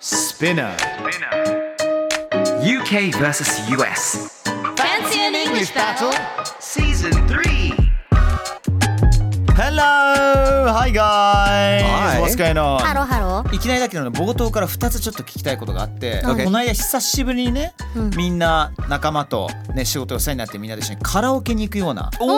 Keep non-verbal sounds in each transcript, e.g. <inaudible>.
Spinner. UK versus US. Fancy an English battle. Season 3. Hello! Hi guys! Hi. What's going on? ハロハロいきなりだけどね冒頭から2つちょっと聞きたいことがあって、 Okay. この間久しぶりにね、うんみんな仲間と、ね、仕事を世話になってみんなで一緒にカラオケに行くようなだった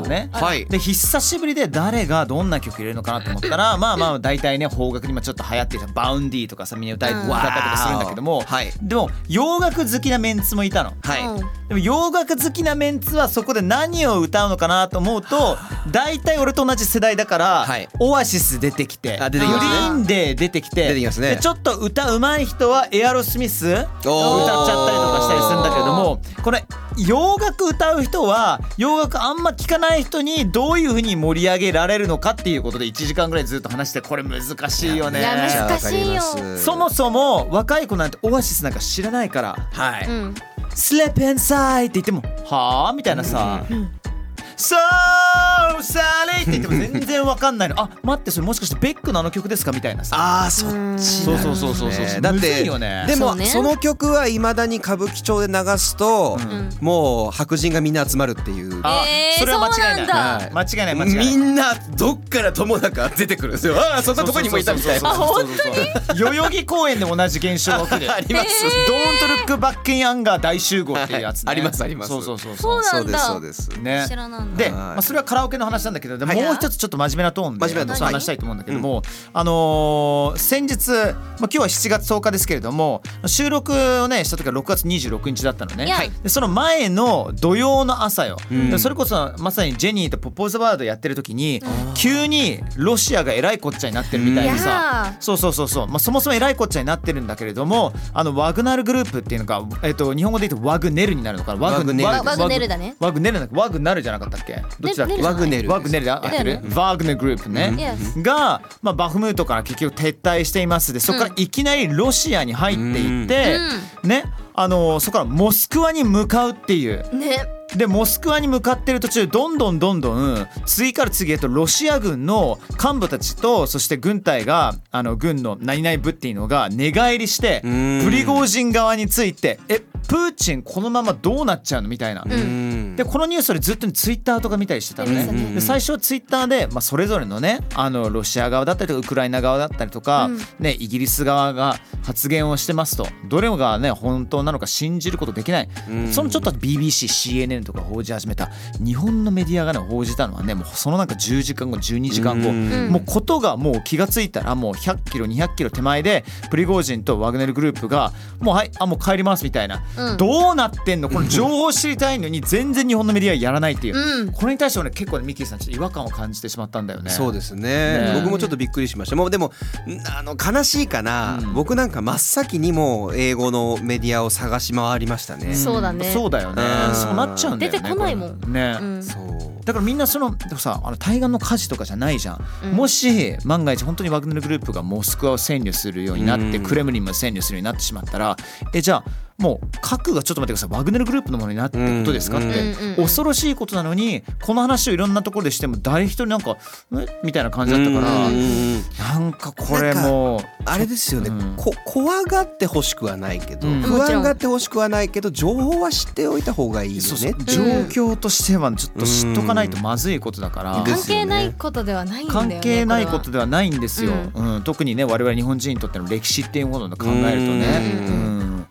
のね。はいで久しぶりで誰がどんな曲入れるのかなと思ったらまあまあ大体ね邦楽にもちょっと流行っていたバウンディとかさみんな歌えうん歌ったりとかするんだけども、はいでも洋楽好きなメンツもいたの。はい。うんでも洋楽好きなメンツはそこで何を歌うのかなと思うと大体俺と同じ世代だから、はいオアシス出てきてあ出てきますねグリーンデー出てきて出てきますねでちょっと歌うまい人はエアロスミス歌っちゃったりとおーかしたりするんだけれどもこれ洋楽歌う人は洋楽あんま聞かない人にどういうふうに盛り上げられるのかっていうことで1時間ぐらいずっと話してこれ難しいよね。いやめっちゃ難わかりま難しいす。そもそも若い子なんてオアシスなんか知らないから、はいうんスレペンサイって言ってもはあみたいなさ、そうサレイって言っても全然わかんないのあ待ってそれもしかしてベックのあの曲ですかみたいなさああ、そっちなんですね。そうそうそうそうそうだっむずて、いよねでそもそ,、うねの曲はいまだに歌舞伎町で流すと、んもう白人がみんな集まるっていう。あえーそれは間違いそないうなんだはい間違いない間違みいないんなどっからともなく出てくるんですよ。ああ、そんなとこにもいたみたいな。本当に代々木公園でも同じ現象が起き <laughs> るあります。ドーントルックバックインアンガー大集合っていうやつ、ね <laughs> はいありますありますそうそうそうそうそうなんだそうですそうです。ね知らなんだで、まあ、それはカラオケの話なんだけど、でもう一つちょっと真面目なトーンで真面目なトーン話したいと思うんだけども、あのー先日、まあ、今日は7月10日ですけれども収録をねした時は6月26日だったのね、いやはいでその前の土曜の朝よ、んでそれこそまさにジェニーと「ポポーズワード」やってる時に、急にロシアがえらいこっちゃになってるみたいなうんいさやそうそうそうそう、まあ、そもそもえらいこっちゃになってるんだけれどもあのワグナルグループっていうのが、えっと日本語で言うとワグネルになるのかなワグネルワグネルだねワグネルだワグナルじゃなかったっけどっちだっネけルじゃないワグネルワグネルで合ってだるよワグネルグループね Yes が、まあ、バフムートから結局撤退していますでそこからいきなりロシアに入っていって、ねあのーそこからモスクワに向かうっていうねでモスクワに向かってる途中どんどんどんどん次から次へとロシア軍の幹部たちとそして軍隊があの軍の何々部っていうのが寝返りしてんプリゴジン側についてえプーチンこのままどうなっちゃうのみたいな。うんでこのニュースでずっとツイッターとか見たりしてたのうんうんうね。で最初はツイッターで、まあ、それぞれのねあのロシア側だったりとかウクライナ側だったりとか、ね、イギリス側が発言をしてますとどれがね本当なのか信じることできない、そのちょっと BBCCNN とか報じ始めた日本のメディアがね報じたのはねもうそのなんか10時間後12時間後、うんもうことがもう気がついたらもう1 0 0キロ2 0 0キロ手前でプリゴジンとワグネルグループがもうはいあもう帰りますみたいな、うんどうなってんのこの情報知りたいのに全然日本のメディアやらないっていう、うんこれに対して俺結構ねミッキーさんちょっと違和感を感じてしまったんだよね。そうですねね僕もちょっとびっくりしましたもうでもんあの悲しいかな、僕なんか真っ先にもう英語のメディアを探し回りましたね、そうだねそうだよねう。んそうなっちゃうんだよね。出てこないもんこれね。うんそうだからみんなそのでもさあの対岸の火事とかじゃないじゃん、もし万が一本当にワグネルグループがモスクワを占領するようになって、うんクレムリンも占領するようになってしまったらえじゃあもう核がちょっと待ってくださいワグネルグループのものになってことですかって、うんうんうん恐ろしいことなのにこの話をいろんなところでしても誰一人なんかえみたいな感じだったから、うんなんかこれもうあれですよね、うんこ怖がってほしくはないけど、うん不安がってほしくはないけど情報は知っておいた方がいいよねそうそうってい状う況としてはちょっと知っとかないとまずいことだから。で関すよ係ねないことではないんだよね関係ないことれはではないんですよ、うん特にね我々日本人にとっての歴史っていうものを考えるとね、ううんん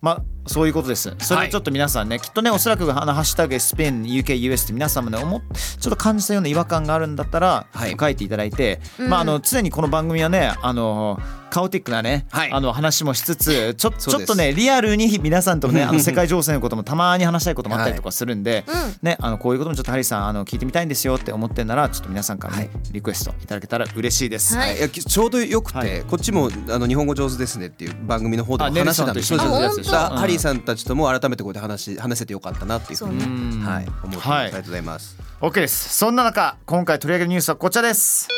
まあそういうことです。それをちょっと皆さんね、きっとね、おそらくあのハッシュタグスペイン UKUS って皆さんもね、思っちょっと感じたような違和感があるんだったら、はい書いていただいて、うんまああの常にこの番組はね、あのカオティックなね、はいあの話もしつつ、ちょちそうょでっすとねリアルに皆さんとね、あの世界情勢のこともたまに話したいこともあったりとかするんで、はいうんね、あのこういうこともちょっとハリーさんあの聞いてみたいんですよって思ってんなら、ちょっと皆さんからね、リクエストいただけたら嬉しいです。はいいやきちょうどよくて、はいこっちもあの日本語上手ですねっていう番組の方でも話してたんですあそネルソうンと一緒ですですそうですあ本当ハリーさんたちとも改めてこうやって話し話せてよかったなっていうふうにそうねはい思ってます、はいありがとうございます。 OK ですそんな中今回取り上げるニュースはこちらです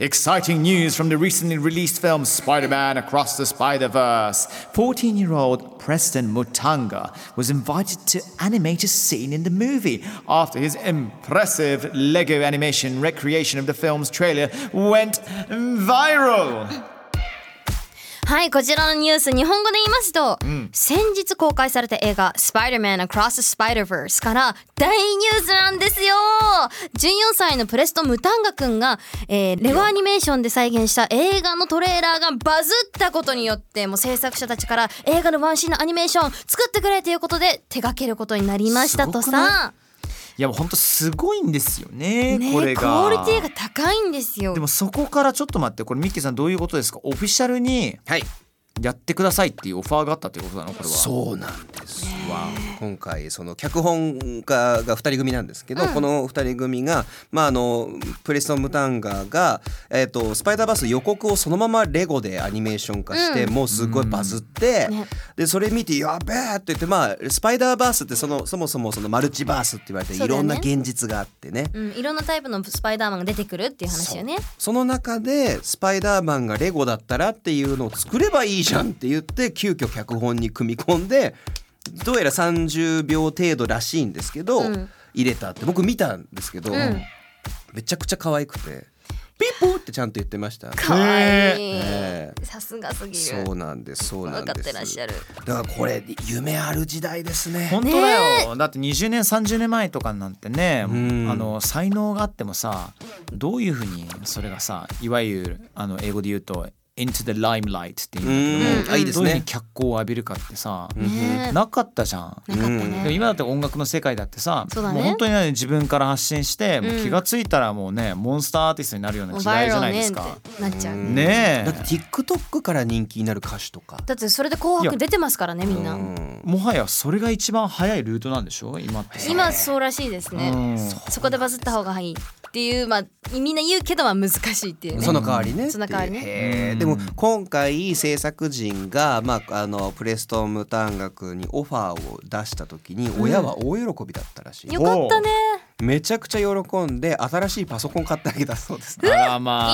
Exciting news from the recently released film Spider-Man Across the Spider-Verse. 14-year-old Preston Mutanga was invited to animate a scene in the movie after his impressive Lego animation recreation of the film's trailer went viral. はい、こちらのニュース、日本語で言いますと、先日公開された映画、Spider-Man Across the Spider-Verse から大ニュースなんですよ !14 歳のプレスト・ムタンガ君が、えーレゴアニメーションで再現した映画のトレーラーがバズったことによって、もう制作者たちから映画のワンシーンのアニメーション作ってくれということで手掛けることになりましたとすごくなさ、いやもう本当すごいんですよねね、クこオれリテがィが高いんですよで。もそこからちょっと待ってこれミッキーさんどういうことですかオフィシャルにはいやってくださいっていうオファーがあったっていうことなのこれはそうなんです今回その脚本家が2人組なんですけど、この2人組が、まあ、あのプレストン・ムタンガーが、えーと「スパイダーバース」予告をそのままレゴでアニメーション化して、もうすごいバズって、ねでそれ見て「やべえ!」って言って、まあ、スパイダーバースってそのそもそもそのマルチバースって言われて、そうだいろよんねな現実があってね。うん、いろんなタイプのスパイダーマンが出てくるっていう話よね。その中でスパイダーマンがレゴだったらっていうのを作ればいいじゃんって言って急遽脚本に組み込んでどうやら30秒程度らしいんですけど、うん入れたって僕見たんですけど、んめちゃくちゃ可愛くてピッポーってちゃんと言ってました。かわいい、えさすがすぎるそうなんですそうなん分かでっすてらっしゃるだからこれ夢ある時代ですね本当だよ、だって20年30年前とかなんてねんあの才能があってもさどういうふうにそれがさいわゆるあの英語で言うと「into the limelight」っていううんうだんあいいけでどすもどねういうふうに脚光を浴びるかってさ、ねなかったじゃん。なかったね、でも今だって音楽の世界だってさそうだねもう本当に、ね、自分から発信して、もううん気がついたらもうねモンスターアーティストになるようなもう時バイ代じゃラなルいでねっすてか。なっちゃう、ねだって TikTok から人気になる歌手とかだってそれで「紅白」出てますからねみんな、うんえもはやそれが一番早いルートなんでしょ今ってさ今そうらしいですね、うんそこでバズった方がいいっていうまあみんな言うけどまあ難しいっていうねその代わりね。その代わりねっていうへーでも今回制作陣が、まあ、あのプレストン・ムタンガ君にオファーを出した時に親は大喜びだったらしい、よかったねめちゃくちゃ喜んで新しいパソコン買ってあげたそうです。あらま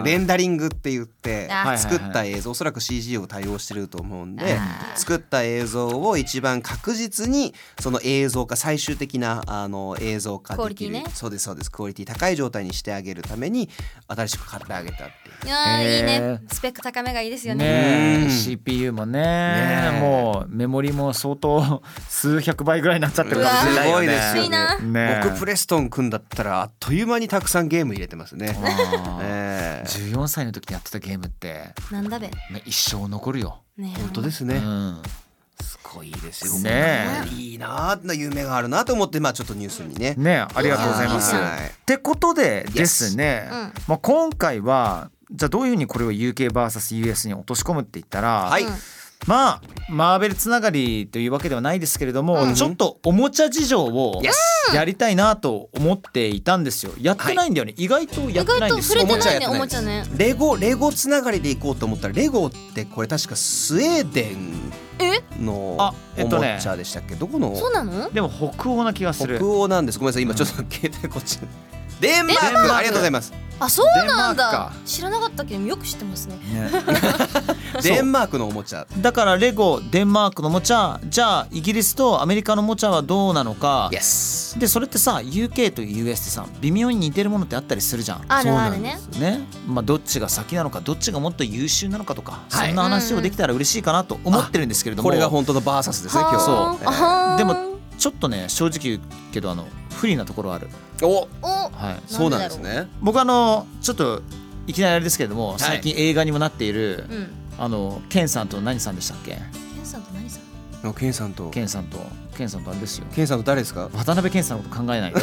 あレンダリングって言ってあー作った映像おそらく CG を対応してると思うんであ作った映像を一番確実にその映像化最終的なあの映像化クオでリきティる、ねそうですそうですクオリティ高い状態にしてあげるために新しく買ってあげたっていう。あーいいねへスペック高めがいいですよねねうんえ CPU もねねえもうメモリも相当数百倍ぐらいになっちゃってるかもしれないよねうわすきついなねえ僕プレストン君だったらあっという間にたくさんゲーム入れてますね。あーええ14歳の時にやってたゲームって、なんだべね一生残るよ、ね本当ですうね。ん、すごいですよ。ねえいいなあな夢があるなと思ってまあちょっとニュースにね。ねありがとうございます。はいってことでですね、うんまあ、今回はじゃあどういうふうにこれを UKVSUS に落とし込むって言ったら、はい。まあマーベルつながりというわけではないですけれども、ちょっとおもちゃ事情をやりたいなと思っていたんですよ。やってないんだよね、意外とや意って外ないんとです触よ。れてないねやおもってないでちすゃねレゴレゴつながりでいこうと思ったらレゴってこれ確かスウェーデンのあえおっもとちねゃでしたっけ？どこのそうなのでも北欧な気がする。北欧なんです。ごめんなさい今ちょっと携帯こっち。デンマーデンマーククありがとうございます。あそうなんデンマーだク知らなかったけどよく知ってますねね <laughs> デンマークのおもちゃ。だからレゴデンマークのおもちゃじゃあイギリスとアメリカのおもちゃはどうなのか Yes。でそれってさ UK と US ってさ微妙に似てるものってあったりするじゃん。あるあそうるなねんですねまあ、どっちが先なのかどっちがもっと優秀なのかとか、はいそんな話をできたら嬉しいかなと思ってるんですけれどもこれが本当のバーサスですね今日。そえうえはーでもちょっとね正直言うけどあの不利なところある、おおはい、そうなんですね。僕あのちょっといきなりあれですけれども最近映画にもなっている、あのケンさんと何さんでしたっけケンさんと何さんあケンさんとケンさんとケンさんとあれですよケンさんと誰ですか渡辺健さんのこと考えないで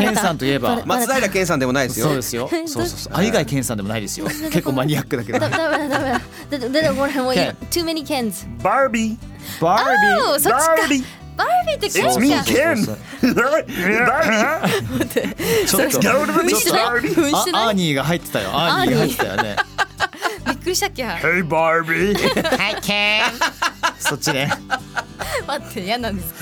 健さんといえバばレ松平健さんでもないですよそうですよそうそうそう相貝健さんでもないですよ結構マニアックだけどだダメだダメだだだだこれもう今 Ken too many cans バービーバービーおうそっちか <laughs> バービーってケンそうちゃんそう Ken そうそうバービーちょっとと噴してないちょっ噴してあアなーいニーが入ってたよアーニーが入ってたよねびっくりしたっけ Hey Barbie そっちね待って嫌なんです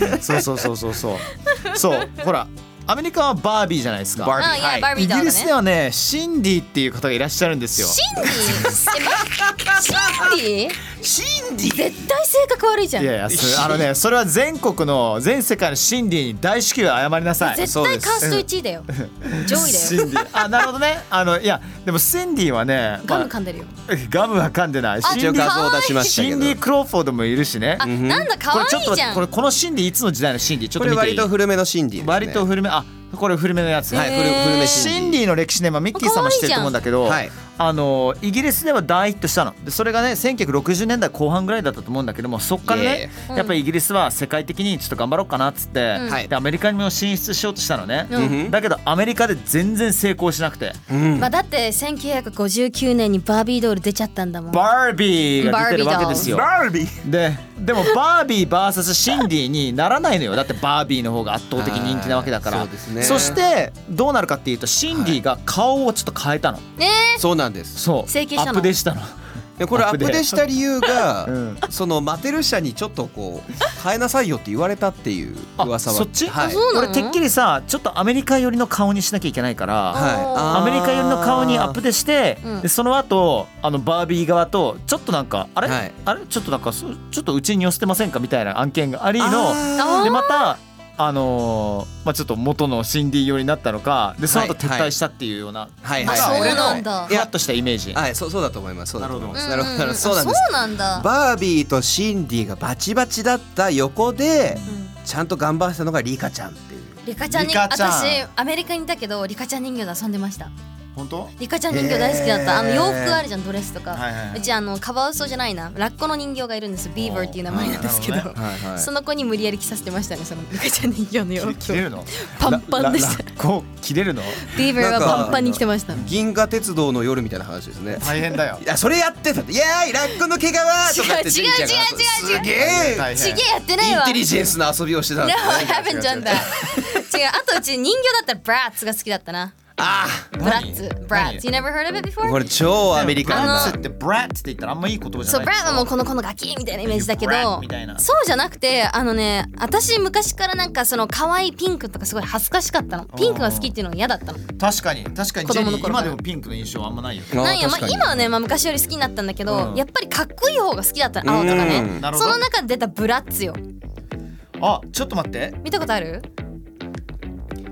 けどそうそうそうそうそうそうほらアメリカはバービーじゃないですかバービーあいはやいバービイーだわねギリシスンではねシンディっていう方がいらっしゃるんですよディえ待って <laughs> シンディシンディ絶対性格悪いじゃんいやいやそれあのねそれは全国の全世界のシンディに大至急謝りなさい絶そう対ですカースト1位だよ上位だシよンディあなるほどねあのいやでもシンディはねガムま噛んでるよあガムは噛んでないシン一デ応ィ画像を出しましたシけンどディ・クロフォードもいるしねあなんだ可これちょ愛っいとじゃんこれこのシンディいつの時代のシンディちょっことれ見てい割いと古めのシンディですね割と古めあこれ古めのやつはい古へー古めシシンンディディの歴史ね、まあ、ミッキーさんも知ってると思うんだけど、可愛いじあのイギリスでは大ヒットしたのでそれがね1960年代後半ぐらいだったと思うんだけどもそっからね、えやっぱりイギリスは世界的にちょっと頑張ろうかなっつって、はいでアメリカにも進出しようとしたのね、んだけどアメリカで全然成功しなくて、まあだって1959年にバービードール出ちゃったんだもんバービーが出てるわけですよ。バービーででもバービー VS シンディにならないのよだってバービーの方が圧倒的人気なわけだかあらーそうですねしてどうなるかっていうとシンディが顔をちょっと変えたの、そうなんですそう整形したのアップデートしたのでこれアアップッでプデした理由が、うんそのマテル社にちょっとこう変えなさいよって言われたっていう噂はそっち、はい、そうなの俺てっきりさちょっとアメリカ寄りの顔にしなきゃいけないからはいアメリカ寄りの顔にアップデして、うんでその後あのバービー側とちょっとなんかあれ、はいあれちょっとなんかそうちょっとうちに寄せてませんかみたいな案件がありのーでまたあのーまあ、ちょっと元のシンディ寄りになったのかでその後はい撤退したっていうような、はいあはいそう俺のなんだいふわっやとしたイメージ、はいそうそうだと思いますそうだと思いますうなんるうほんどうんなるほどそうなんですそうなんだバービーとシンディがバチバチだった横でうんちゃんと頑張ってたのがリカちゃんっていうリカちゃんにリカちゃん私アメリカにいたけどリカちゃん人形で遊んでました本当リカちゃん人形大好きだったあのへー洋服あるじゃんドレスとか、はいはいはいうちあのカワウソじゃないなラッコの人形がいるんですよビーバーっていう名前なんですけどあーなるどねはいはい <laughs> その子に無理やり着させてましたねそのリカちゃん人形の洋切れ服をるのパンパンでしたララこう切れるの <laughs> ビーバーはパンパンに着てました銀河鉄道の夜みたいな話ですね大変だよいやそれやってたって「イエーイラッコの毛皮!」とかって違うジェリーちゃんが違う違う違うすげえ大ち変げえやってないインわテリジェンスの遊びをしてたん <laughs> No, です I ね haven't done that <laughs> 違うあとうち人形だったらブラッツが好きだったなあブラッツブラッツ You never heard of it あこ before? れ超アメリカンあなのブラッツってブラッツって言ったらあんまいい言葉じそゃうないブラッはもうこのこのガキみたいなイメージだけど Brat みたいなそうじゃなくてあのね私昔からなんかその可愛いピンクとかすごい恥ずかしかったのピンクが好きっていうのが嫌だったの確かに確かに子ジェ供リのー頃か今らでもピンクの印象あんまないよあーなんや、まあ、確かに今はね、まあ、昔より好きになったんだけど、うんやっぱりかっこいい方が好きだったの青とかうんねなるほそどの中で出たブラッツよあちょっと待って見たことある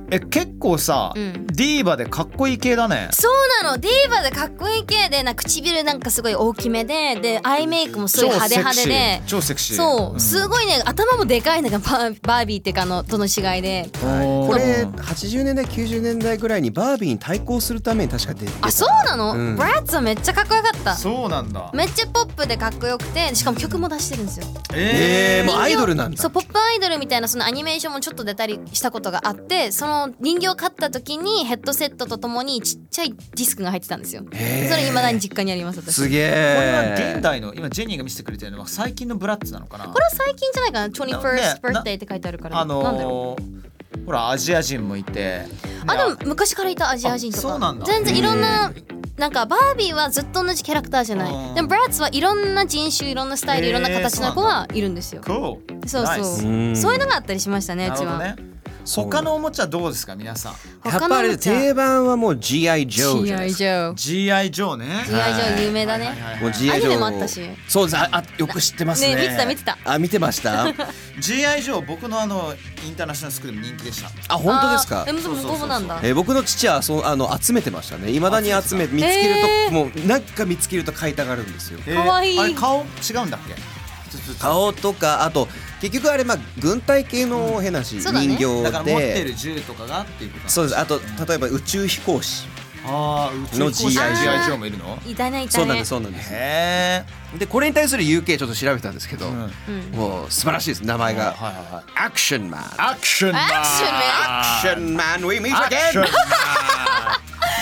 え結構さ、うんディーバでかっこいい系だねそうなのディーバでかっこいい系でなんか唇なんかすごい大きめででアイメイクもすごい派手派手で超セクシーそう、んすごいね頭もでかいのがバーバービーっていうかあのとの死骸でこれうん80年代90年代ぐらいにバービーに対抗するために確か出てあそうなの、うんブラッツはめっちゃかっこよかったそうなんだめっちゃポップでかっこよくてしかも曲も出してるんですよえー、もう人形アイドルなんだそうポップアイドルみたいなそのアニメーションもちょっと出たりしたことがあってその人形を買った時にヘッドセットとともにちっちゃいディスクが入ってたんですよそへーれ未だに実家にあります私すげこれはえ現代の今ジェニーが見せてくれてるのは最近のブラッツなのかなこれは最近じゃないかな 21st ねな birthday って書いてあるから、なあんだろうのーほらアジア人もいてあでも昔からいたアジア人とかあそうなんだ全然いろんななんかバービーはずっと同じキャラクターじゃなうんいでもブラッツはいろんな人種いろんなスタイルへーいろんな形の子はいるんですよコそうそううそんういうのがあったりしましたねなうちるほどは、ね他のおもちゃどうですか皆さんやっ他ぱのあおれもちゃ定番はもう GI ジョーじゃな G.I. いで Joe すか GI ジョーね G.I. ジョー有名だねはいはいはいもう GI ジョーアニメもあったしそうですああよく知ってますねね見てた見てたあ見てました <laughs> GI ジョー僕のあのインターナショナルスクールで人気でしたあ本当ですかあーえ、そうそうそうなんだ。えー僕の父はそうあの集めてましたねいまだに集め見つけると、えーもうなんか見つけると買いたがるんですよえかわいいあれ顔違うんだっけちょっと顔とかあと結局あれまあ軍隊系の変なし、そうだね人形でだから持ってる銃とかがっていうことそううですあと例えば宇宙飛行士あああ宇の飛行士 GI ジョー GI ジョーもいるのいたねいそたうなんでねすそうなんですへえでこれに対する UK ちょっと調べたんですけど、んもう素晴らしいです名前が、はいはいはいアクションマンアアクションマンアクションマンクションマン We meet アクション again <laughs>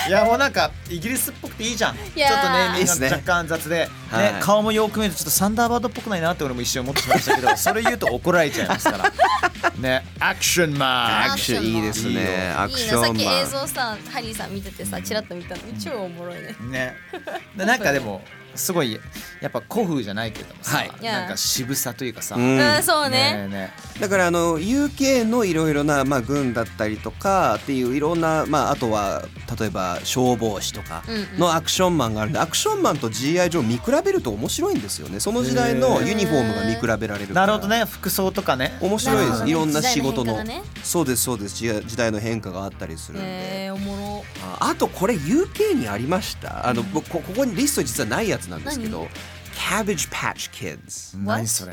いやもうなんかイギリスっぽくていいじゃん。ちょやーっとねいいみっんすねな若干雑で、ねはい顔もよく見るとちょっとサンダーバードっぽくないなって俺も一瞬思ってしまいました <laughs> けど、それ言うと怒られちゃいますから。ね、アクションマン。アクションいいですいいねよアいクいシなョさっンきマ映ン像さハリーさん見ててさチラッと見たの超おもろいねね、でなんかでもすごいやっぱ古風じゃないけどもさ、はいなんか渋さというかさ。うんうんそうねねねだからあの UK のいろいろな、まあ、軍だったりとかっていういろんな、まあ、あとは例えば消防士とかうんうんのアクションマンがあるんで、アクションマンと GI 上見比べると面白いんですよねその時代のユニフォームが見比べられるからなるほどね服装とかね。面白いでなるほすどいろんな仕事時の代の変化がそうですそうです時代時代の変化があったりするんで、えーおもろああとこれ UK にありましたあの僕こここにリスト実はないやつなんですけど Cabbage Patch Kids 何それ。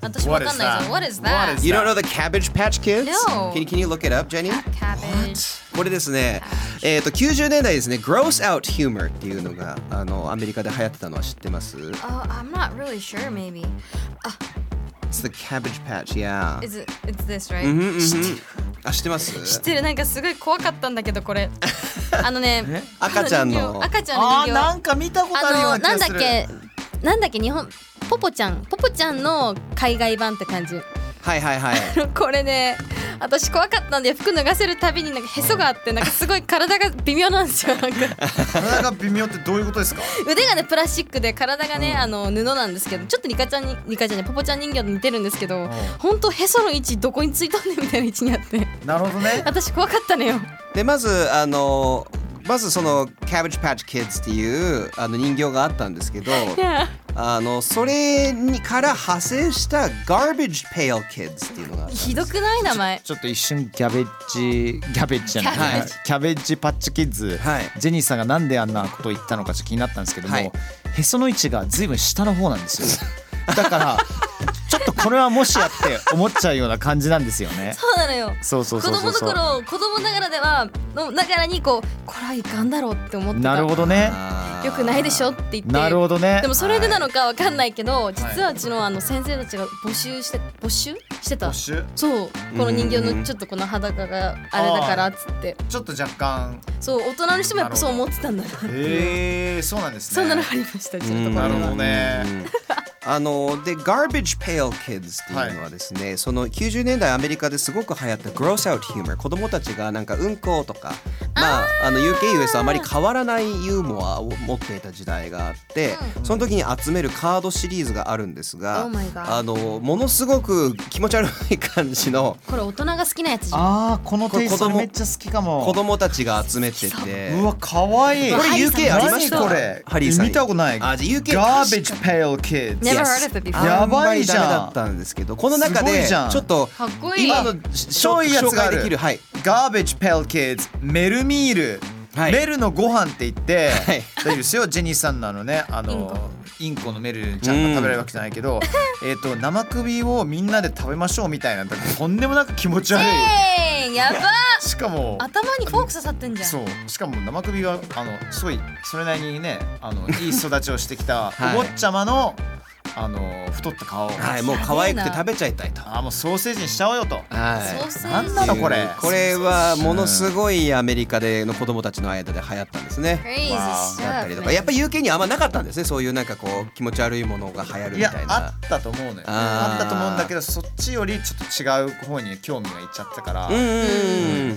私わかんないぞ What What is is that? that? You don't know the Cabbage Patch Kids? No. Can, can you look it up, <laughs> Jenny? Cabbage これですね、えー、と90年代ですね、Gross Out Humor っていうのがあのアメリカで流行ってたのは知ってます Oh, I'm not really sure maybe ?It's the Cabbage Patch, yeah. Is it, it's this right? うんうんうんあ、知ってます知ってるなんかすごい怖かったんだけどこ <laughs> れあのね赤ちゃんの赤ちゃんのあ人形ーなんか見たことあるようあのななん気がだする。っけなんだっけ日本ポポちゃんポポちゃんの海外版って感じ <laughs> はいはいはい。これね私怖かったんで服脱がせるたびになんかへそがあってなんかすごい体が微妙なんですよ <laughs> なんか体が微妙ってどういうことですか。腕がねプラスチックで体がね、あの布なんですけどちょっとリカちゃんにリカちゃんねポポちゃん人形と似てるんですけど、ほんとへその位置どこについたんねんみたいな位置にあってなるほどね。私怖かったの <laughs> よで、まず、あの、まずその Cabbage Patch Kids っていうあの人形があったんですけど、いやあのそれにから派生した Garbage Pail Kids っていうのがあったんですひどくない名前ちょっと一瞬キャベッジキャベッジじゃない、はいキャベッジパッチキッズ、はいジェニーさんがなんであんなことを言ったのかちょっと気になったんですけども、はいへその位置がずいぶん下の方なんですよだからちょっとこれはもしやって思っちゃうような感じなんですよねそうなのよそうそう子そうそ供うのそう頃子供ながらではのながらにこうこれはいかんだろうって思ってたなるほどねあーよくないでしょって言ってなるほどねでもそれでなのかわかんないけど、実はうちのあの先生たちが募集して募集してたちょそうこの人形うんのちょっとこの裸があれだからっつってっと若干そう大人の人もやっぱそう思ってたんだなへえそうなんですそんなのありましたちょっとこれなるほどはねあので Garbage Pail Kids っていうのはですね、その90年代アメリカですごく流行った Gross Out Humor 子供たちがなんかうんことかまああの UKUS あまり変わらないユーモアを持っていた時代があって、その時に集めるカードシリーズがあるんですが、 Oh my god あのものすごく気持ち悪い感じのこれ大人が好きなやつじゃんああこのテイスこトれ子供めっちゃ好きかも子供たちが集めてて。うわ可愛いこわれハリーさん UK ありました何これハリーさん見たことないあじゃあ UK Garbage Pail Kids Never heard of it before やばいじゃんあんまりダメだったんですけどこの中すごでいちじゃんょっとかっこいい今の超いいやつがあ紹介るできるはい Garbage Pail Kids メルミール、はいメルのご飯って言って、はい大丈夫ですよジェニーさんのあのねあのインコのメルちゃんが食べられるわけじゃないけど、えっと生首をみんなで食べましょうみたいなとんでもなく気持ち悪いえー、やばっしかも頭にフォーク刺さってんじゃんそうしかも生首はあのすごいそれなりにねあ <laughs> のいい育ちをしてきたはいお坊ちゃまのあの太った顔、はいあもう可愛くやべてえな食べちゃいたいとあーもうソーセージにしちゃおうよとソーはセージなんなのこれいこれはものすごいアメリカでの子供たちの間で流行ったんですね Crazy わあ stuff だったりとかやっぱ UK にあんまなかったんですねそういうなんかこう気持ち悪いものが流行るいみやたいあなったと思うのよあーあったと思うんだけどそっちよりちょっと違う方に興味がいっちゃったから、うんうんうん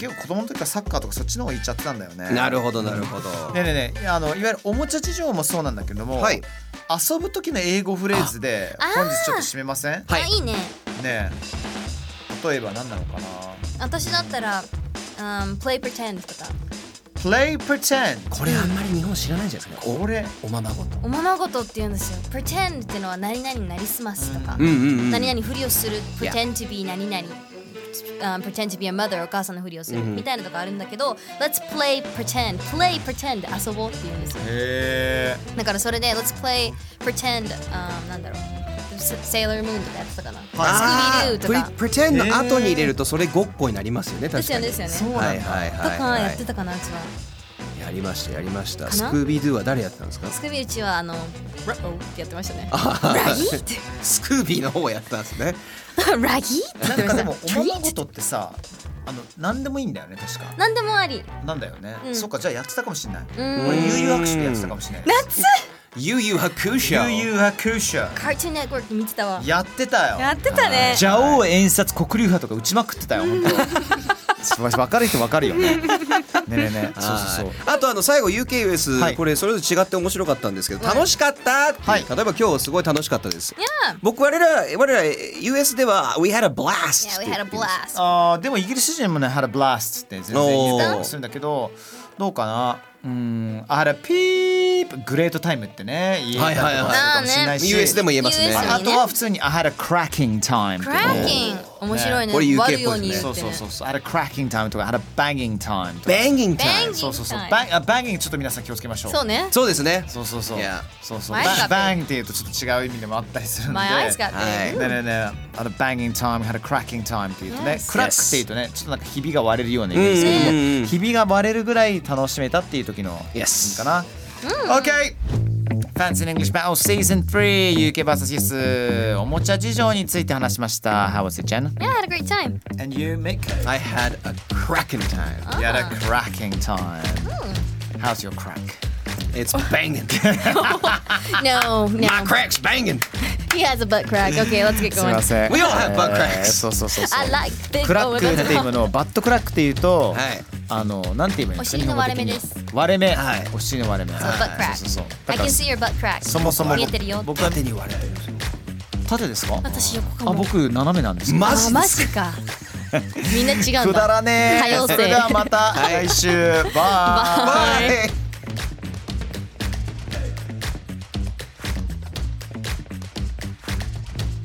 結構子供の時からサッカーとかそっちの方がいっちゃってたんだよねなるほどなるほどねえねえねえあのいわゆるおもちゃ事情もそうなんだけども、はい遊ぶ時の英語フレーズであ本日ちょっと締めませんねあいいねえ例えば何なのかな私だったら、うん、play pretend とか Play pretend これあんまり日本知らないじゃないですかこれおままごとおままごとって言うんですよ pretend ってのは何々になりすますとか、うんうんうん何々ふりをする Yeah. pretend to be 何々、um, pretend to be a mother お母さんのふりをする、みたいなとかあるんだけど let's play pretend play pretend 遊ぼうって言うんですよへえだからそれで let's play pretend、um, なんだろう Sailor Moon とかやってたかなあ Scooby-Doo ーとプリかプレテンの後に入れるとそれごっこになりますよねで確すかよにねですよねはいはいとはいかはやいってたかなうちはややりましたやりましたかスなクービードゥは誰やってたんですかスクビうちはあのラオってやってま <laughs> したねラギーって <laughs> スクービーの方をやったんですねラギーって言なってんまかしでたもおままごとってさあの何でもいいんだよね確かなんでもありなんだよね、うんそっかじゃあやってたかもしれないうん俺悠々白書でやってたかもしれない夏ユーユーハクーシャ悠々白書カートゥーンネットワーク見てたわやってたよやってたね蛇王演殺黒竜派とか打ちまくってたよ <laughs> 本当。分かる人分かるよね。ねえねえねえ。 <laughs> そうそうそう。あとあの最後 UKUS、はいこれそれぞれ違って面白かったんですけど、楽しかったっていう、はい例えば今日すごい楽しかったです、僕我ら我ら US では We had a blast! Yeah, we had a って言ってます blast ああでもイギリス人もね had a blast って全然言ってたりするんだけどどうかな。うーん I had a peep great time ってね言えたりとかするかもしれないし。 US でも言えますね US あとは普通に I had a cracking time ってクね。ラッキン面白いねこれ UK 割るように言ってそうねそうそうそう。I had a cracking time とか had a banging time Banging とか。バンギ time! ンそうそうそう。 time bang あ banging ちょっと皆さん気をつけましょう。そうねそうですねそうそうそう。 Yeah. そうそう。 My eyes got バンっていうとちょっと違う意味でもあったりするんで。 My eyes got は big いねえねえねえ、あの banging time、had a cracking time っていうとね、 Yes. クラックっていうとね、ちょっとなんかひびが割れるようなイメージですけどうんうんうんね、ひびが割れるぐらい楽しめたっていう時の Yes. かな。OK! Fancy in English Battle Season 3 UK vs. Yes おもちゃ事情について話しました。How was it, Jen? Yeah, I had a great time And you, Mick? I had a cracking time. You had a cracking time. How's your crack? It's banging. <laughs> No, no My crack's banging. He has a butt crack Okay, let's get <laughs> すみ going ません。 We all have butt cracks. えーそうそうそうそう。 I like big クラッ over クっていうも the <laughs> のをバットクラックっていうと、はいあのなんて言えばいいんですかお尻の日本語的割れに目です割れ目、はいお尻の割れ目バットクラックそうそうそう I だか can ら see your butt crack そもそも見えてるよ僕は手に割れる。縦ですか私横かあも僕斜めなんですよマジあマジかみんな違うんだくだらねえ多様性それではまた来週 <laughs> バイバイ Bye. Bye.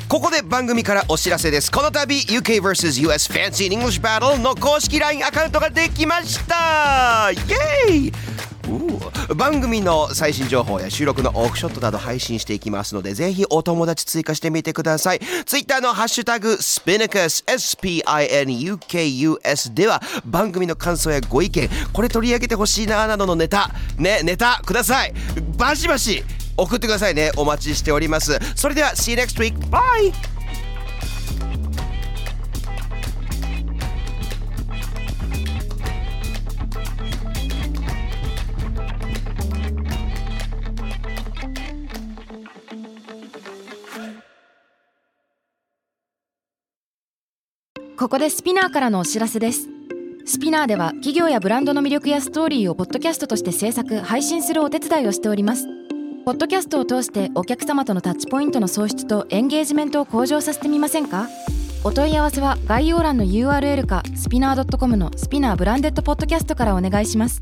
ここで番組からお知らせです。この度 UKVSUS Fancy in English Battle の公式 LINE アカウントができましたイェーイおー番組の最新情報や収録のオフショットなど配信していきますのでぜひお友達追加してみてください Twitter の「ハッシュタグスピニカス SPINUKUS」では番組の感想やご意見これ取り上げてほしいななどのネタねネタくださいバシバシ送ってくださいねお待ちしておりますそれでは See you next week bye Podcast ここでスピナーからのお知らせですスピナーでは企業やブランドの魅力やストーリーをポッドキャストとして制作配信するお手伝いをしておりますポッドキャストを通してお客様とのタッチポイントの創出とエンゲージメントを向上させてみませんかお問い合わせは概要欄の URL かスピナー .com のスピナーブランデッドポッドキャストからお願いします